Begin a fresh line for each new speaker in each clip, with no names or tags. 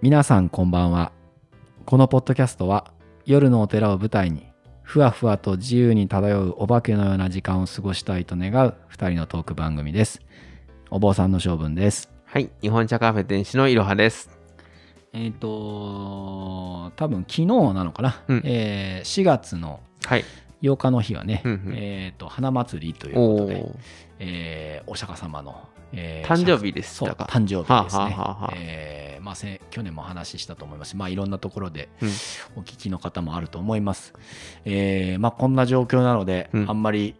皆さんこんばんはこのポッドキャストは夜のお寺を舞台にふわふわと自由に漂うお化けのような時間を過ごしたいと願う2人のトーク番組ですお坊さんの性分です
はい、日本茶カフェ店主のいろはです。
えっ、と多分昨日なのかな、
うん
えー4月の
はい。
8日の日はね、
うんうん
えっ、と花祭りという
お
こと
お
で
ー。
えーお釈迦様の、えー
誕生日でし
そう
たか
誕生日ですね。
はあはあはあ
えーまあ、せ去年もお話ししたと思いますし、まあ、いろんなところで
うん
お聞きの方もあると思います。えーまあ、こんな状況なので、
うん
あんまり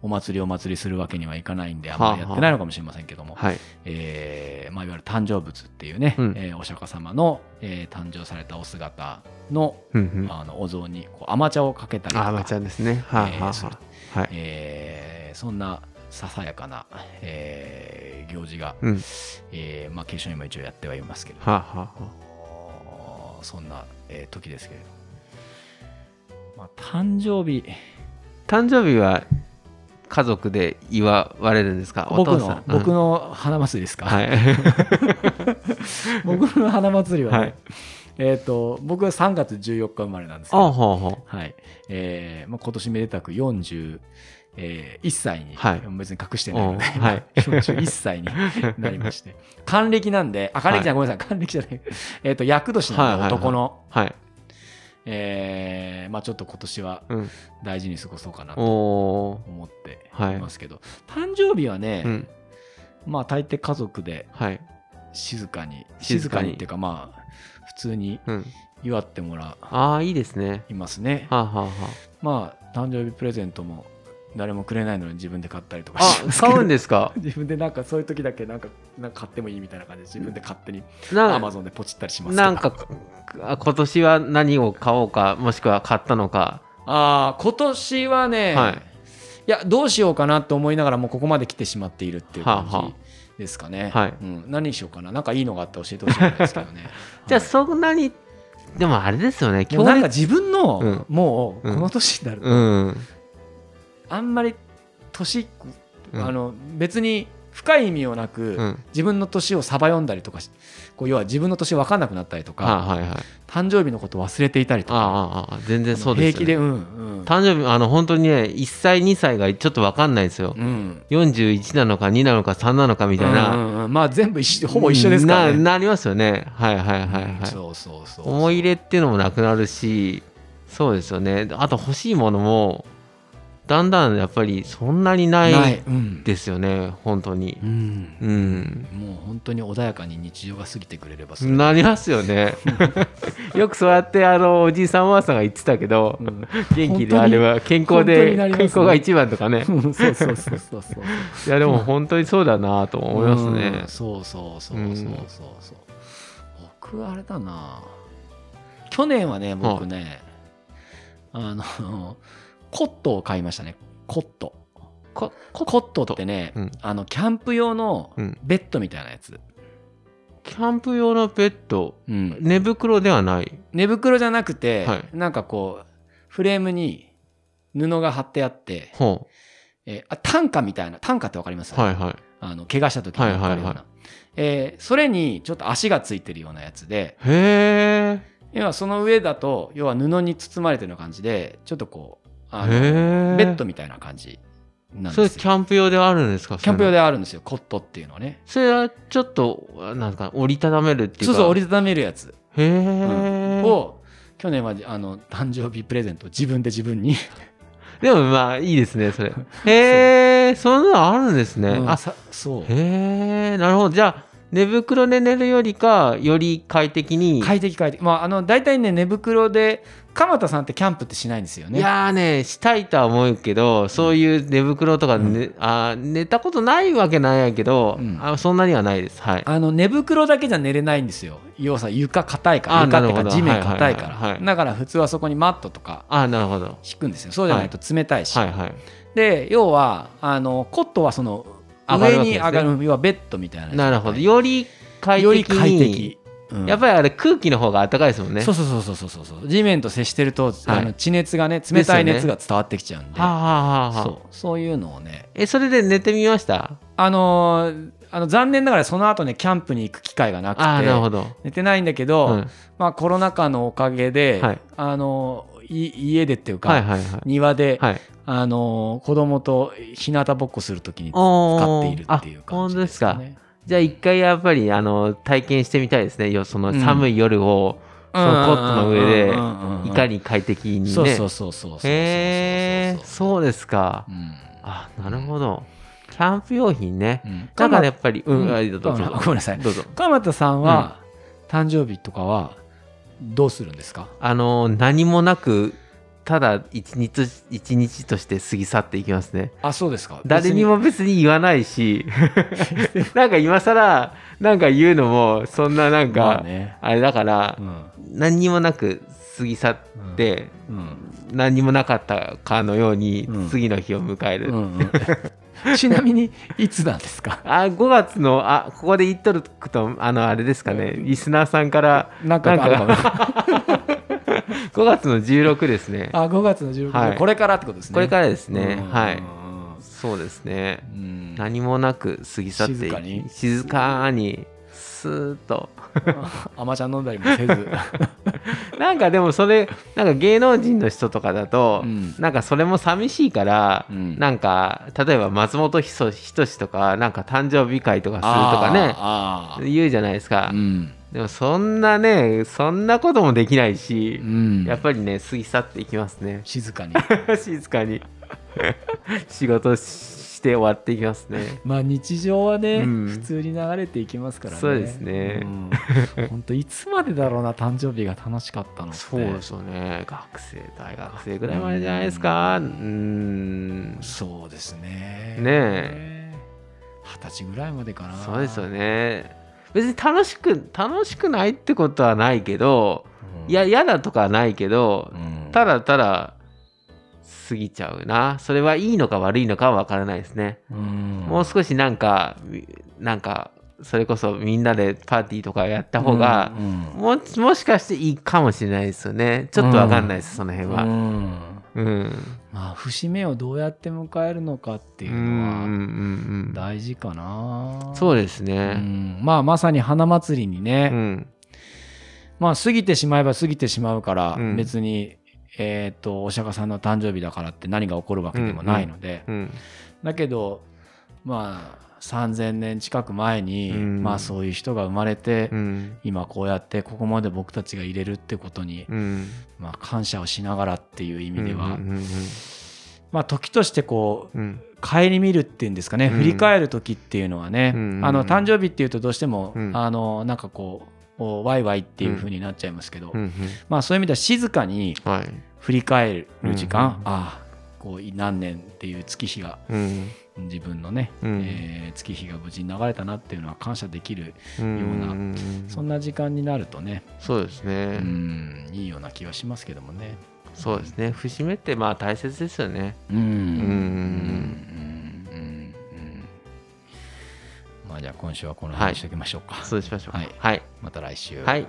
お祭りお祭りするわけにはいかないんで、あん
はあ
まりやってないのかもしれませんけども、
はい。
えーまあ、いわゆる誕生物っていうね、
うん
えーお釈迦様の、えー誕生されたお姿の,、
うんうん。
あのお像にこう甘茶をかけたりと
あ、
か。
まちゃんですね。はい
えー
は
する
いはい。はい。
えーそんなささやかな、えー行事が、
うん。は
えーまあ、継承にも一応やってはいますけれど
あはあはあ。
もそんな、えー時ですけれども、まあ、誕生日
誕生日は家族で祝われるんですかお
僕
父さん
の。僕
の。
の花祭りですか、
はい。
僕の花祭りは、ね
はい。
えー、と僕は3月14日生まれなんですけ
あほう
ど、
ほ
はいえーまあ、今年めでたく41歳に、
はい
別に隠してないので、
うんはい
41歳になりまして還暦なんであ還暦じゃない、ごめんなさい還暦じゃない えっと厄年なんで
はいはいはい
男の、
う。はい。
えーまあちょっと今年は
うん。
大事に過ごそうかな
お
と
お。
思って
はい
ますけど、誕生日はね、
うん。
まあ大抵家族で
はい。
静かに静
静
か
かに
にっていうかまあ普通に
うん。
祝ってもら
ああ、いいですね。
いますね
はあはあは
まあ誕生日プレゼントも誰もくれないのに自分で買ったりとか
あ。
し
あ
ま、すけ
買
ど
うんですか
自分でなんかそういう時だけなんかなんか買ってもいいみたいな感じで自分で勝手にア
な
マゾンでポチったりしますけど
なんか、あ今年は何を買おうか、もしくは買ったのか。
ああ今年はね、
はいい、
やどうしようかなと思いながらもうここまで来てしまっているっていう感
はあはあ
じですかね、
はい
うん、何にしようかななんかいいのがあったら教えてほしいんですけどね
じゃあ
はい
そんなに、でもあれですよね、
でもなんか自分の、
うん
もう
うん
この年になると、
うん。
あんまり年、
うん
あの別に深い意味をなく、
うん。
自分の年をさば読んだりとかしこう要は自分の年分かんなくなったりと
あ
か
はいはい。あ
誕生日のこと忘れていたりと
あ
か
ああああ、全然そうです、ね。
平気でうんうん
誕生日、あの、本当にね、1歳、2歳がちょっとわかんないですよ。
うん
41なのか、2なのか、3なのかみたい
うん
な。
うんうんまあ全部一緒ほぼ一緒ですからね
ななりますよね。はいはい
う
はい
ん
はい。
そうそうそう
思い入れっていうのもなくなるし、そうですよね。あと欲しいものも、だんだんやっぱりそんなにな
ないいうん、
ですよね、本当に
う。ん
うん。
もう本当に穏やかに日常が過ぎてくれればそれ
なりますよね よくそうやってあのおじいさんおばあさんが言ってたけど、
うん
元気であれば健康
本当
で、
になります
健
ね
康が一番とかね
そうそうそうそうそう
いやでも本当にそうだなと思います
う
ね
んそうそうそうそうそうそう僕あれだな去年はね僕ね、あのコットを買いましたねコット
こ
コットってね、
うん
あのキャンプ用の
うん
ベッドみたいなやつ、
キャンプ用のベッド
うん
寝袋ではない
寝袋じゃなくて、
はい
なんかこうフレームに布が貼ってあって、
ほ
えーあ担架みたいな担架ってわかります、
うはいはい
あの怪我した時にわかるような、
はいはいは
えーそれにちょっと足がついてるようなやつで
へ
要はその上だと要は布に包まれてるような感じでちょっとこう
え
あの
へえ
ベッドみたいな感じなん
そ
で
れ
す
キ
よ
ャンプ用であるんですか
キャンプ用
で
であるんですよコットっていうのはね
それはちょっとなんか折りたためるっていう
そう
か
そう折
り
りたためるやつ
へえ、
を去年はあの誕生日プレゼントを自分で自分に、
でもまあいいですねそれへえそんなのあるんですね、
うん
あ
さそう
へえなるほどじゃあ寝袋で寝るよりかより快適に、
快適快適まああの大体ね寝袋で鎌田さんってキャンプってしないんですよね
いやーねしたいとは思うけどそういう寝袋とか、ねあー寝たことないわけないやけど、
うん
あそんなにはないですはい
あの寝袋だけじゃ寝れないんですよ要は床硬いから
あ
床って
な
いう
る
か
ほど
地面硬いか
はいはいはい
ら
はい
だから普通はそこにマットとか
あーなるほど
敷くんですよそうじゃないと冷たいし、
はいはい
で要はあのコットはその
上がる
上
わけ
に
ですね
上がる要はベッドみたいな
なるほど
よ
より快適に
り快適、うん
やっぱりあれ空気の方が暖かいですもんね
そううそうそうそうそうそうそう地面と接してると、あの
はい
地熱がね冷たい
です
熱
よ
が伝わってきちゃうんで
はあはあはあはあ
そうそういうのをね
えそれで寝てみました
あのーあの残念ながらその後ねキャンプに行く機会がなく
ああなるほ
て
ど、
寝てないんだけど、
うん
まあ、コロナ禍のおかげで、
はい
あのい家でっていうか、
はいはいはい
庭で、
はい
あの子供と日向ぼっこするときに使
お
っ
ー
ているっていう
あ
感
本
じ
当
で
ですす
か
か
ね。
じゃあ一回やっぱりあの体験してみたいですねよその寒い夜を
うん
そのコットの上で
うんうんうんうん
いかに快適にね
そうそうそうそうそうそうそうそうそう
へえそうですか
うん
あなるほどキャンプ用品ね
うん
だからやっぱりう
うんん
あど
ご
うぞ
めんごめんなさい
どうぞ
鎌田さんは、誕生日とかはどうするんですか
あの何もなくただ一日一日として過ぎ去っていきますね
あそうですか
誰にも別に言わないし なんか今更なんか言うのもそんななん
別にまあ
か
ね
あれだから
うん
何にもなく過ぎ去って
うん
何にもなかったかのように
うん
次の日を迎える、
うんうん ちなみにいつなんですか
あ5月のあここで言っとるとあのあれですかね、リスナーさんから
なんかあるか
な
なん
5月の16ですね
あ5月の16日、
はい
これからってことですね
これかららですね、はい
い
そうですね
うん
何もなく過ぎ去ってい
静
き
かに
静かにスーッと
あまちゃん飲んだりもせ ず
なんかでもそれなんか芸能人の人とかだと、
うん
なんかそれも寂しいから、
うん
なんか例えば松本人志とかなんか誕生日会とかすると
あ
か
ー
ね言うじゃないです
あ
か
ー、うん
でもそんなねそんなこともできないし
う、ん
やっぱりね過ぎ去っていきますね
静かに
静かに 仕事しして終わっていきますね
まあ日常はね、
うん
普通に流れていきますからね
そうですね
本当いつまでだろうな誕生日が楽しかったのって
そうですよね学生大学生ぐらいまでじゃないですかうーん
そうですね
ね
え二十歳ぐらいまでかな
そうですよ、ね別に楽しく楽しくないってことはないけど
うん
いや、嫌だとかはないけど
うん
ただただ過ぎちゃうなそれはいいのか悪いのかは分からないですね
うん
もう少しなんかみなんかそれこそみんなでパーティーとかやった方が、
うん
ももしかしていいかもしれないですよねちょっと分かんないです、その
う
辺
ん
はうん
まあ節目をどうやって迎えるのかっていううん
う
のは
んうん
大事かな
そううです
う
ね
んまあまさに花祭りにね、
うん
まあ過ぎてしまえば過ぎてしまうから、
うん
別に、えー、とお釈迦さんの誕生日だからって何が起こるわけでもないので、
うん
だけどまあ3,000年近く前に、
うん
まあそういう人が生まれて、
うん
今こうやってここまで僕たちが入れるってことに、
うん
まあ、感謝をしながらっていう意
うん
味では、
うんうん
まあ時としてこう
うん
顧みるっていうんですかね、
うん
振り返る時っていうのはね、
うん
あの誕生日っていうとどうしても、
うん
あのなんかこうおワイワイっていう風になっちゃいますけど、
うんうん
まあそういう意味では静かに
はい
振り返る時間、
うん
ああこう何年っていう月日が
うん
自分のね、
うん
えー月日が無事に流れたなっていうのは感謝できる、
うん
ようなそんな時間になるとね、
そうです
う
ね
ん、いいような気はしますけどもね。
そうですね節目ってまあ大切ですよね
うんうんうんうんうんまあじゃあ今週はこの辺にしておきましょうか。
そうしましょうか
はい
はい
また来週。
はい